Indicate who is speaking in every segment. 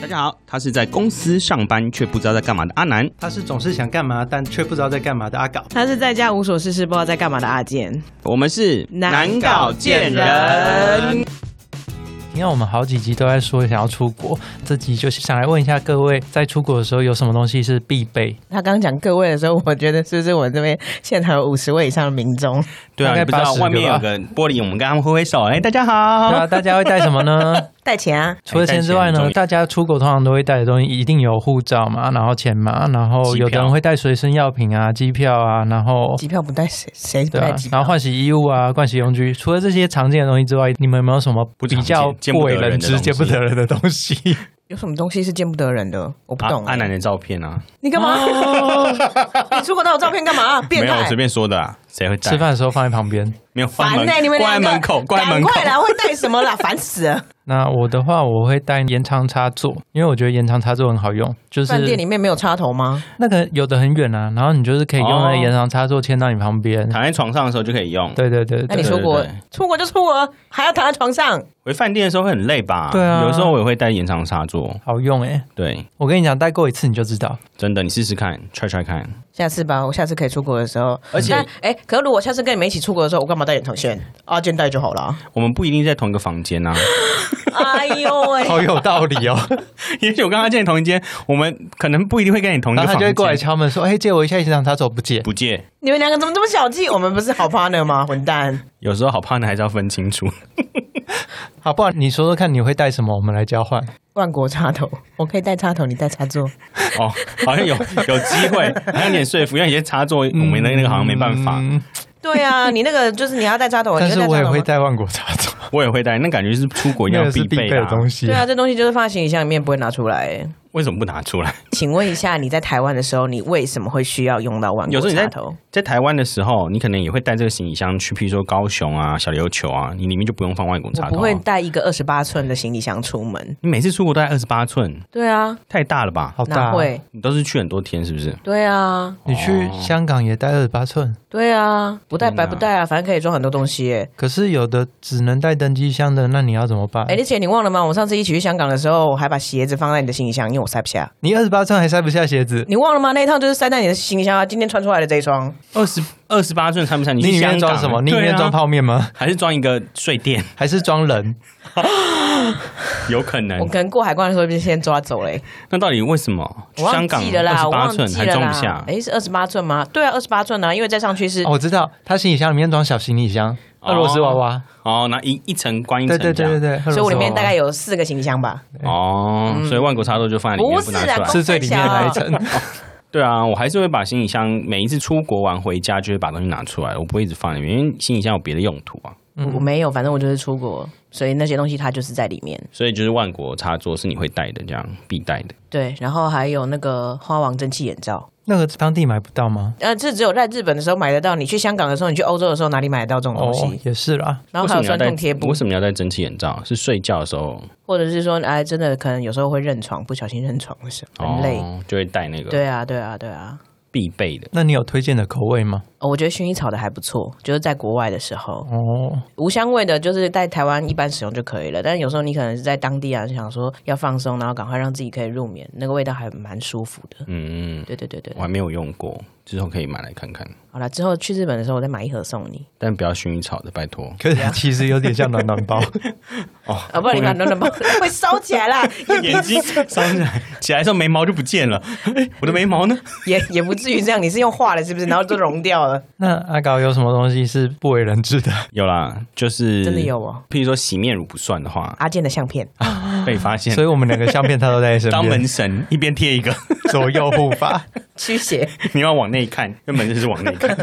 Speaker 1: 大家好，他是在公司上班却不知道在干嘛的阿南。
Speaker 2: 他是总是想干嘛，但却不知道在干嘛的阿搞。
Speaker 3: 他是在家无所事事，不知道在干嘛的阿健。
Speaker 1: 我们是
Speaker 3: 难搞贱人。
Speaker 4: 因为我们好几集都在说想要出国，这集就想来问一下各位，在出国的时候有什么东西是必备？
Speaker 3: 他刚讲各位的时候，我觉得是不是我们这边现场有五十位以上的民众？
Speaker 1: 对啊，
Speaker 4: 大
Speaker 1: 你
Speaker 4: 概
Speaker 1: 不知道
Speaker 4: 80个
Speaker 1: 外面有
Speaker 4: 吧
Speaker 1: 个玻璃，我们跟他们挥挥手，哎、大家
Speaker 2: 哦
Speaker 1: 好。
Speaker 4: 那啊大家会带什么 呢？
Speaker 3: 带钱啊，
Speaker 4: 除了钱之
Speaker 2: 哎
Speaker 4: 外
Speaker 1: 带钱很重要，
Speaker 4: 呢大家出国通常都会带的东西一定有护照嘛，然后钱嘛，然后有的人会带随身药品啊、机票啊，然后
Speaker 3: 机票不带谁谁不
Speaker 4: 对
Speaker 3: 带
Speaker 4: 啊
Speaker 3: 机，票？
Speaker 4: 然后换洗衣物啊、盥洗用具。除了这些常见的东西之外，你们有没有什么
Speaker 1: 不常
Speaker 4: 比
Speaker 1: 见
Speaker 4: 较
Speaker 1: 见
Speaker 4: 不
Speaker 1: 不得
Speaker 4: 为
Speaker 1: 人的
Speaker 4: 人知、
Speaker 1: 东西
Speaker 4: 见不得人的 东西？
Speaker 3: 有什么东西是见不得人的？我不
Speaker 1: 啊
Speaker 3: 懂、
Speaker 1: 阿南的照片啊，
Speaker 3: 你干嘛？ 你出国那有照片干嘛？变
Speaker 1: 没有我
Speaker 3: 态
Speaker 1: 随！便说的啊，谁会带？
Speaker 4: 吃饭的欸时候放在旁边。
Speaker 1: 没有关
Speaker 3: 烦
Speaker 1: 门，
Speaker 3: 呢、你们
Speaker 1: 关
Speaker 3: 两
Speaker 1: 在
Speaker 3: 个
Speaker 1: 门口，关在门
Speaker 3: 赶
Speaker 1: 口。
Speaker 3: 快啦！会带什么啦？烦死了！
Speaker 4: 那我的话，我会带延长插座，因为我觉得延长插座很好用，就是
Speaker 3: 饭店里面没有插头吗？
Speaker 4: 那个有的很远啊，然后你就是可以用
Speaker 1: 哦
Speaker 4: 那个延长插座牵到你旁边。
Speaker 1: 躺在床上的时候就可以用。
Speaker 4: 对对对对
Speaker 3: 那你
Speaker 1: 说
Speaker 3: 出国
Speaker 1: 对对对
Speaker 3: 出国就出国，还要躺在床上，
Speaker 1: 回饭店的时候会很累吧？
Speaker 4: 对啊
Speaker 1: 有时候我也会带延长插座。
Speaker 4: 好用诶、
Speaker 1: 对，
Speaker 4: 我跟你讲，带过一次你就知 道。
Speaker 1: 真的，你试试看，try try 看。
Speaker 3: 下次吧，我下次可以出国的时候。
Speaker 1: 而且
Speaker 3: 但哎、可是如果下次跟你们一起出国的时候，我干嘛带眼头线？阿健带就好了。
Speaker 1: 我们不一定在同一个房间 啊，
Speaker 3: 哎呦喂、
Speaker 4: 好有道理哦。
Speaker 1: 也许我跟他见同一间，我们可能不一定会跟你同一个
Speaker 4: 然后
Speaker 1: 房
Speaker 4: 他
Speaker 1: 间。
Speaker 4: 就会过来敲门说：“哎、借我一下延长插座，不借。
Speaker 1: 不借，
Speaker 3: 你们两个怎么这么小气？我们不是好 partner 吗？混蛋！
Speaker 1: 有时候好怕呢，还是要分清楚。”
Speaker 4: 好，不然你说说看你会带什么，我们来交换。
Speaker 3: 万国插头，我可以带插头，你带插座。
Speaker 1: 哦，好像有有机 会，好像有点说服，因为有些插座我们的那个好像没办法。
Speaker 4: 嗯
Speaker 3: 对 啊，你那个就是你要带插头，
Speaker 4: 但
Speaker 3: 你
Speaker 4: 是
Speaker 3: 带
Speaker 4: 我
Speaker 3: 插
Speaker 4: 也
Speaker 3: 头
Speaker 4: 会
Speaker 3: 吗。
Speaker 4: 带万国插座，
Speaker 1: 我也会带，那感觉是出国一定
Speaker 4: 那
Speaker 1: 要
Speaker 4: 个是必
Speaker 1: 备
Speaker 4: 备
Speaker 1: 的
Speaker 4: 的
Speaker 1: 啊、
Speaker 4: 东西。
Speaker 3: 对啊，这东西就是放在行李箱里面，不会拿出来。
Speaker 1: 为什么不拿出来？
Speaker 3: 请问一下，你在台湾的时候，你为什么会需要用到万
Speaker 1: 有时
Speaker 3: 国
Speaker 1: 候你在
Speaker 3: 插头？
Speaker 1: 在台湾的时候，你可能也会带这个行李箱去，譬如说高雄啊、小琉球啊，你里面就不用放外国插
Speaker 3: 我不
Speaker 1: 头、
Speaker 3: 会
Speaker 1: 啊。
Speaker 3: 带一个二十八寸的行李箱出门。
Speaker 1: 你每次出国都带二十八寸，
Speaker 3: 对啊，
Speaker 1: 太大了吧？
Speaker 4: 好
Speaker 3: 哪
Speaker 4: 大、
Speaker 3: 会？
Speaker 1: 你都是去很多天是不是？
Speaker 3: 对啊，
Speaker 4: 你去香港也带二十八寸，
Speaker 3: 对啊，不带
Speaker 1: 天哪
Speaker 3: 白不带啊，反正可以装很多东西耶。
Speaker 4: 可是有的只能带登机箱的，那你要怎么办？
Speaker 3: 哎，而且你忘了吗？我上次一起去香港的时候，我还把鞋子放在你的行李箱，因为我塞不下。
Speaker 4: 你二十八寸还塞不下鞋子，
Speaker 3: 你忘了吗？那一趟就是塞在你的行李箱啊。今天穿出来的这一双，
Speaker 1: 二十二十八寸穿不下，你
Speaker 4: 你
Speaker 1: 去
Speaker 4: 里面
Speaker 1: 香港
Speaker 4: 装什么？你里
Speaker 1: 对
Speaker 4: 面
Speaker 1: 啊
Speaker 4: 装泡面吗？
Speaker 1: 还是装一个睡垫？
Speaker 4: 还是装人？
Speaker 1: 有可能
Speaker 3: 我。可能过海关的时候就先抓走嘞、
Speaker 1: 那到底为什么
Speaker 3: 我忘
Speaker 1: 香港
Speaker 3: 记了
Speaker 1: 二
Speaker 3: 啦，
Speaker 1: 十
Speaker 3: 我
Speaker 1: 八
Speaker 3: 忘
Speaker 1: 寸
Speaker 3: 记
Speaker 1: 还
Speaker 3: 了
Speaker 1: 装不
Speaker 3: 啦
Speaker 1: 下。？
Speaker 3: 哎，是二十八寸吗？对啊，二十八寸啊，因为再上去是
Speaker 4: 哦，我知道，他行李箱里面装小行李箱，
Speaker 1: 哦
Speaker 4: 俄罗斯娃娃。
Speaker 1: 哦，那一一层关一层
Speaker 4: 对对对
Speaker 1: 这样
Speaker 4: 对对，
Speaker 3: 所以我里面大概
Speaker 4: 有
Speaker 3: 有四个行李箱吧。
Speaker 1: 哦，所以万国插座就放在里面
Speaker 3: 嗯不是
Speaker 1: 拿
Speaker 3: 啊
Speaker 1: 出来。
Speaker 4: 是最里面那一 层。
Speaker 1: 对啊，我还是会把行李箱每一次出国玩回家就会把东西拿出来，我不会一直放里面，因为行李箱有别的用途啊。
Speaker 3: 我我没有，反正我就是出国，所以那些东西它就是在里面。
Speaker 1: 所以就是万国插座是你会带的，这样必带的。
Speaker 3: 对，然后还有那个花王蒸汽眼罩，
Speaker 4: 那个当地买不到吗？
Speaker 3: 呃，这只有在日本的时候买得到，你去香港的时候，你去欧洲的时候哪里买得到这种东
Speaker 4: 哦
Speaker 3: 西？，
Speaker 4: 也是啦。
Speaker 3: 然后
Speaker 1: 为什
Speaker 3: 还
Speaker 1: 么
Speaker 3: 有
Speaker 1: 你要
Speaker 3: 酸
Speaker 1: 戴
Speaker 3: 痛贴布
Speaker 1: 为，什么你要戴蒸汽眼罩？是睡觉的时候
Speaker 3: 或者是说，哎，真的可能有时候会认床，不小心认床的时候很累。
Speaker 1: 哦，就会带那个
Speaker 3: 对啊，对啊，对啊。
Speaker 1: 必备的。
Speaker 4: 那你有推荐的口味吗？
Speaker 3: 哦我觉得薰衣草的还不错，就是在国外的时候，
Speaker 4: 哦，
Speaker 3: 无香味的，就是在台湾一般使用就可以了。但是有时候你可能是在当地啊，想说要放松，然后赶快让自己可以入眠，那个味道还蛮舒服的。
Speaker 1: 嗯，
Speaker 3: 对对对对
Speaker 1: 我，还没有用过，之后可以买来看看，
Speaker 3: 好了，之后去日本的时候我再买一盒送你
Speaker 1: 但不要薰衣草的，拜托。
Speaker 4: 可是其实有点像暖暖 包，
Speaker 1: 哦，
Speaker 3: 啊，不然你把暖暖包会烧起来啦，
Speaker 1: 眼睛烧起来，起来的时候眉毛就不见了。哎，我的眉毛呢？
Speaker 3: 也也不至于这样。你是用化了是不是？然后就融掉了，
Speaker 4: 那阿搞有什么东西是不为人 知的？
Speaker 1: 有啦，就是
Speaker 3: 真的有哦。啊
Speaker 1: 譬如说洗面乳不算的话，
Speaker 3: 阿健的相片，
Speaker 1: 被发现
Speaker 4: 所以我们两个相片他都带在身
Speaker 1: 当门
Speaker 4: 边，
Speaker 1: 神一边贴一个，
Speaker 4: 左右护法。
Speaker 3: 驱邪。
Speaker 1: 你要往内看，根本就是往内看。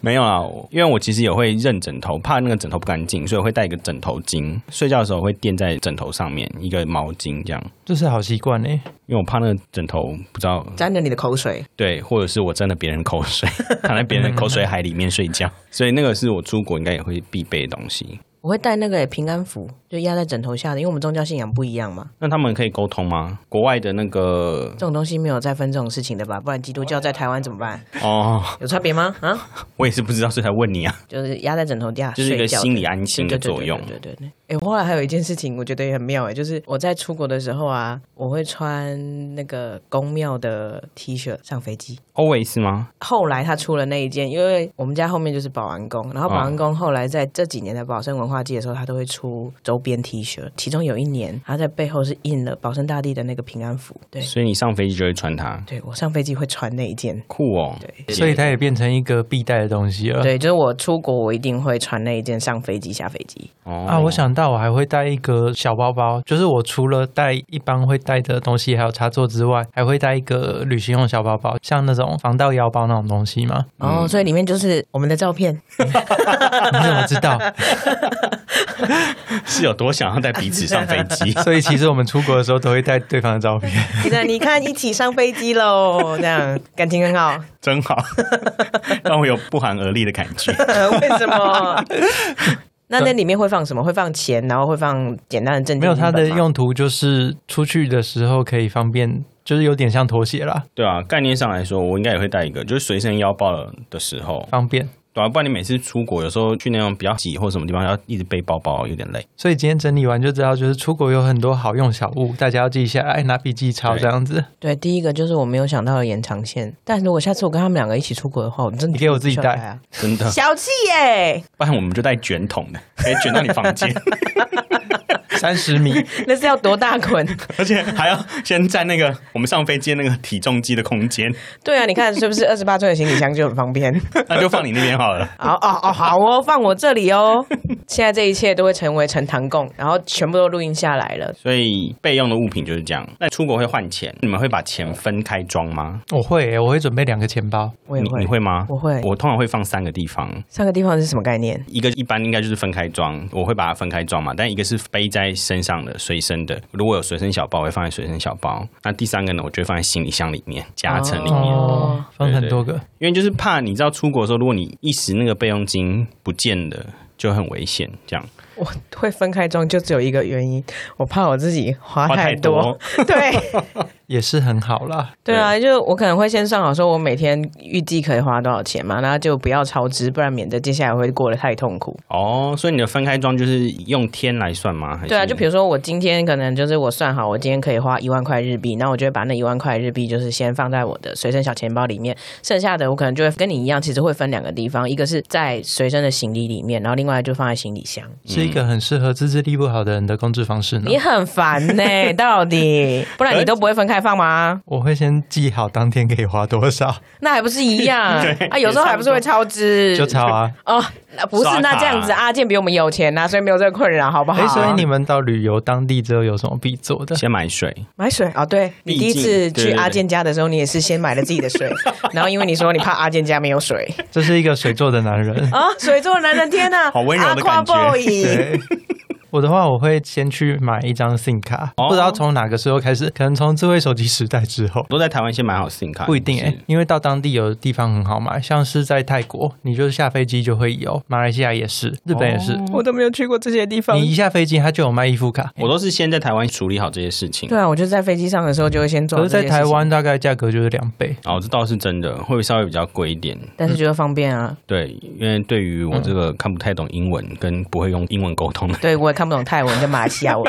Speaker 1: 没有啊，我因为我其实也会认枕头，怕那个枕头不干净，所以我会带一个枕头巾，睡觉的时候会垫在枕头上面一个毛巾这样，
Speaker 4: 这是好习惯哎，
Speaker 1: 因为我怕那个枕头不知道
Speaker 3: 沾着你的口水，
Speaker 1: 对，或者是我沾了别人口 水，躺在别人的口水海里面睡觉，所以那个是我出国应该也会必备的东西。
Speaker 3: 我会带那个平安符，就就压在枕头下的，因为我们宗教信仰不一样嘛，
Speaker 1: 那他们可以沟通吗？国外的那个
Speaker 3: 这种东西没有再分这种事情的吧？不然基督教在台湾怎么办？
Speaker 1: 哦，
Speaker 3: 有差别吗？啊，
Speaker 1: 我也是不知道，所以才问你啊，
Speaker 3: 就是压在枕头下，
Speaker 1: 就是一个
Speaker 3: 啊睡觉的
Speaker 1: 心理安心的
Speaker 3: 对对
Speaker 1: 作用。
Speaker 3: 对对对对对。哎、我后来还有一件事情，我觉得也很妙哎、就是我在出国的时候啊，我会穿那个宫庙的 T 恤上飞机。
Speaker 1: Always 吗？
Speaker 3: 后来他出了那一件，因为我们家后面就是保安宫，然后保安宫后来在这几年的保生文化季的时候，他都会出周边 T 恤，其中有一年他在背后是印了保生大帝的那个平安符。对，
Speaker 1: 所以你上飞机就会穿它，
Speaker 3: 对我上飞机会穿那一件。
Speaker 1: 酷哦。
Speaker 3: 对
Speaker 4: 所以它也变成一个必带的东西了。
Speaker 3: 对，就是我出国，我一定会穿那一件上飞机、下飞机。
Speaker 1: 哦
Speaker 4: 啊，我想到我还会带一个小包包，就是我除了带一般会带的东西，还有插座之外，还会带一个旅行用小包包，像那种防盗腰包那种东西嘛。
Speaker 1: 嗯
Speaker 3: 哦，所以里面就是我们的照片。
Speaker 4: 你怎么知道？
Speaker 1: 是有多想要带彼此上飞 机
Speaker 4: 所以其实我们出国的时候都会带对方的照片。
Speaker 3: 那你看，一起上飞机喽，这样感情很好。
Speaker 1: 真好， 让我有不寒而栗的感觉。
Speaker 3: 为什么？ 那那里面会放什么？会放钱，然后会放简单的证件。
Speaker 4: 没有它的，用途，就是出去的时候可以方便，就是有点像拖鞋啦，
Speaker 1: 对啊，概念上来说，我应该也会带一个，就是随身腰包的时候，
Speaker 4: 方便。
Speaker 1: 对啊，不然你每次出国，有时候去那种比较挤或什么地方，要一直背包包，有点累。
Speaker 4: 所以今天整理完就知道，就是出国有很多好用小物，大家要记下来，哎拿笔记抄
Speaker 1: 对
Speaker 4: 这样子。
Speaker 3: 对，第一个就是我没有想到的延长线。但如果下次我跟他们两个一起出国的话，我真的
Speaker 4: 你给我自己带
Speaker 3: 不需要啊，，
Speaker 1: 真的
Speaker 3: 小气耶！
Speaker 1: 不然我们就带卷筒的，可以卷到你房 间，
Speaker 4: 三十米，
Speaker 3: 那是要多大捆？
Speaker 1: 而且还要先占那个我们上飞机的那个体重机的空间，
Speaker 3: 对啊，你看是不 是二十八寸的行李箱就很方便？
Speaker 1: 那就放你那边好了。
Speaker 3: 哦哦哦，好哦，放我这里哦。现在这一切都会成为陈堂供，然后全部都录音下来了。
Speaker 1: 所以备用的物品就是这样。那出国会换钱，你们会把钱分开装吗？
Speaker 4: 我会、我会准备两个钱包。
Speaker 3: 我也
Speaker 1: 你你
Speaker 3: 会，
Speaker 1: 会吗？
Speaker 3: 我会
Speaker 1: 我通常会放三个地方，
Speaker 3: 上个地方是什么概念？
Speaker 1: 一个一般应该就是分开装，我会把它分开装嘛。但一个是背在身上的随身的，如果有随身小包，我会放在随身小包。那第三个呢，我就会放在行李箱里面夹层里面，
Speaker 3: 哦，
Speaker 4: 分很多个，
Speaker 1: 因为就是怕你知道出国的时候，如果你一时那个备用金不见了，就很危险。这样
Speaker 3: 我会分开装，就只有一个原因，我怕我自己花太多。
Speaker 1: 花
Speaker 3: 对
Speaker 4: 也是很好啦。
Speaker 3: 对啊，就我可能会先算好，说我每天预计可以花多少钱嘛，然后就不要超支，不然免得接下来会过得太痛苦。
Speaker 1: 哦，所以你的分开装就是用天来算吗？还是
Speaker 3: 对啊，就比
Speaker 1: 如
Speaker 3: 如说我今天可能就是我算好，我今天可以花一万块日币，那我就会把那一万块日币就是先放在我的随身小钱包里面，剩下的我可能就会跟你一样，其实会分两个地方，一个是在随身的行李里面，然后另外就放在行李箱。
Speaker 1: 嗯
Speaker 4: 是一个很适合自制力不好的人的控制方式呢
Speaker 3: 你。很烦呢、 到底，不然你都不会分开放吗？
Speaker 4: 我会先记好当天可以花多少，
Speaker 3: 那还不是一样 啊？有时候还不是会超支，
Speaker 4: 就抄啊。
Speaker 3: 哦，那不
Speaker 1: 刷
Speaker 3: 是
Speaker 1: 卡
Speaker 3: 那这样子，阿健比我们有钱呐、所以没有这个困扰，好 不好？
Speaker 4: 哎，所以你们到旅游当地之后有什么必做的？
Speaker 1: 先买水，
Speaker 3: 买水啊、哦？对你第一次
Speaker 1: 毕竟对
Speaker 3: 去
Speaker 1: 对对
Speaker 3: 阿健家的时候，你也是先买了自己的 水，然后因为你说你怕阿健家没有 水
Speaker 4: 这是一个水做的男 人。
Speaker 3: 啊，水做男人天 呐、
Speaker 1: 好温柔的感觉
Speaker 3: Aqua Boy
Speaker 4: 对，我的话我会先去买一张 SIM 卡，
Speaker 1: 哦
Speaker 4: 不知道从哪个时候开始，可能从智慧手机时代之后。
Speaker 1: 都在台湾先买好 SIM 卡，
Speaker 4: 不一定
Speaker 1: 啊是
Speaker 3: 欸
Speaker 4: 哎、因为到当地有的地方很好买，像是在泰国，你就是下飞机就会有，马来西亚也是，日本也
Speaker 1: 哦
Speaker 4: 是，
Speaker 3: 我都没有去过这些地方
Speaker 4: 你。一下飞机它就有卖衣服卡，
Speaker 1: 我都是先在台湾处理好这些事情。
Speaker 3: 对啊，我就在飞机上的时候就会先做
Speaker 4: 可
Speaker 3: 好
Speaker 4: 是
Speaker 3: 这
Speaker 4: 在
Speaker 3: 些事情。
Speaker 4: 台湾大概价格就是两倍。
Speaker 1: 哦，这倒是真的，会稍微比较贵一点。
Speaker 3: 但是觉得方便啊。
Speaker 1: 对，因为对于我这个看不太懂英文跟不会用英文沟 通的，
Speaker 3: 对，我也看不懂泰文跟马来西亚文，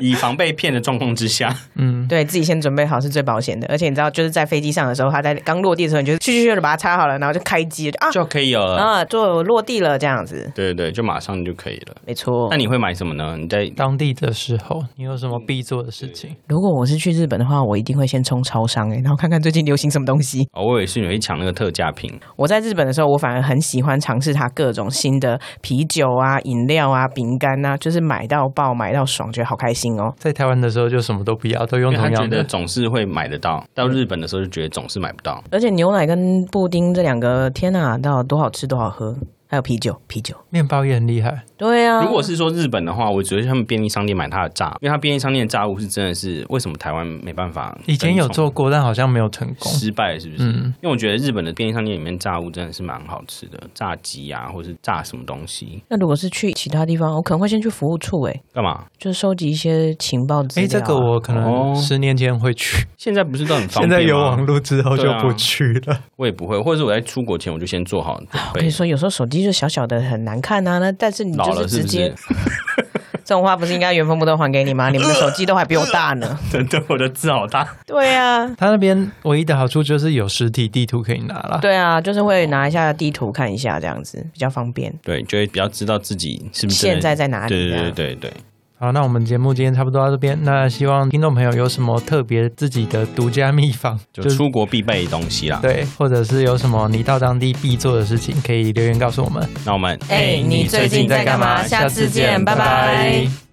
Speaker 1: 以防被骗的状况之 下，
Speaker 4: 嗯，
Speaker 3: 对自己先准备好是最保险的。而且你知道，就是在飞机上的时候，他在刚落地的时候，你就去去去的把它插好了，然后就开机了就啊，
Speaker 1: 就可以有了。
Speaker 3: 啊，就落地了这样子，
Speaker 1: 对对对，就马上就可以了。
Speaker 3: 没错
Speaker 1: 那。你会买什么呢？你在
Speaker 4: 当地的时候你有什
Speaker 1: 嗯
Speaker 4: 么必做的事情？
Speaker 3: 如果我是去日本的话，我一定会先冲超商哎、欸然后看看最近流行什么东西。
Speaker 1: 哦，我也是有一抢那个特价品，
Speaker 3: 我在日本的时候，我反而很喜欢尝试它各种新的啤酒啊、饮料啊、饼干啊，就是买到爆、买到爽，觉得好开心哦。
Speaker 4: 在台湾的时候就什么都不要，都
Speaker 1: 因
Speaker 4: 用
Speaker 1: 为他
Speaker 4: 同
Speaker 1: 觉
Speaker 4: 样
Speaker 1: 得
Speaker 4: 的。
Speaker 1: 总是会买得到，到日本的时候就觉得总是买不到。
Speaker 3: 而且牛奶跟布丁这两个，天哪、到多好吃多好喝，还有啤酒，啤酒。
Speaker 4: 面包也很厉害，
Speaker 3: 对啊，
Speaker 1: 如果是说日本的话，我觉得他们便利商店买它的炸，因为它便利商店的炸物是真的是为什么台湾没办法？
Speaker 4: 以前有做过，但好像没有成功。
Speaker 1: 失败是不是？
Speaker 4: 嗯
Speaker 1: 因为我觉得日本的便利商店里面炸物真的是蛮好吃的，炸鸡啊，或是炸什么东西，
Speaker 3: 那如果是去其他地方，我可能会先去服务处、欸，哎，
Speaker 1: 干嘛？
Speaker 3: 就是收集一些情报资
Speaker 4: 哎、
Speaker 3: 料、啊。
Speaker 4: 这个我可
Speaker 1: 哦
Speaker 4: 能十年前会去，
Speaker 1: 现在不是都很方
Speaker 4: 现
Speaker 1: 便 吗啊
Speaker 4: 在有
Speaker 3: 啊
Speaker 4: 网，络之后就不去了。
Speaker 1: 我也不会，或者是我在出国前我就先做好准
Speaker 3: 我
Speaker 1: 备
Speaker 3: 跟你。说，有时候手机就小小的很难看啊，那但是你
Speaker 1: 老
Speaker 3: 就
Speaker 1: 了是
Speaker 3: 直
Speaker 1: 不
Speaker 3: 接
Speaker 1: 是？
Speaker 3: 这种话不是应该原封不动还给你 吗？你们的手机都还比我大呢。
Speaker 1: 真的，我的字好大。
Speaker 3: 对啊，
Speaker 4: 它那边唯一的好处就是有实体地图可以拿啦。
Speaker 3: 对啊，就是会拿一下地图看一下，这样子比较方便。
Speaker 1: 对，就会比较知道自己是不是真的
Speaker 3: 现在。在哪里？啊
Speaker 1: 对
Speaker 3: 这
Speaker 1: 对
Speaker 3: 样
Speaker 1: 对对对，
Speaker 4: 好，那我们节目今天差不多到这边。那希望听众朋友有什么特别自己的独家秘方，
Speaker 1: 就出国必备的东西啦。
Speaker 4: 对，或者是有什么你到当地必做的事
Speaker 1: 哎
Speaker 4: 情，可以留言告诉我们。
Speaker 1: 那我们
Speaker 3: 哎你最近在干嘛下次见拜拜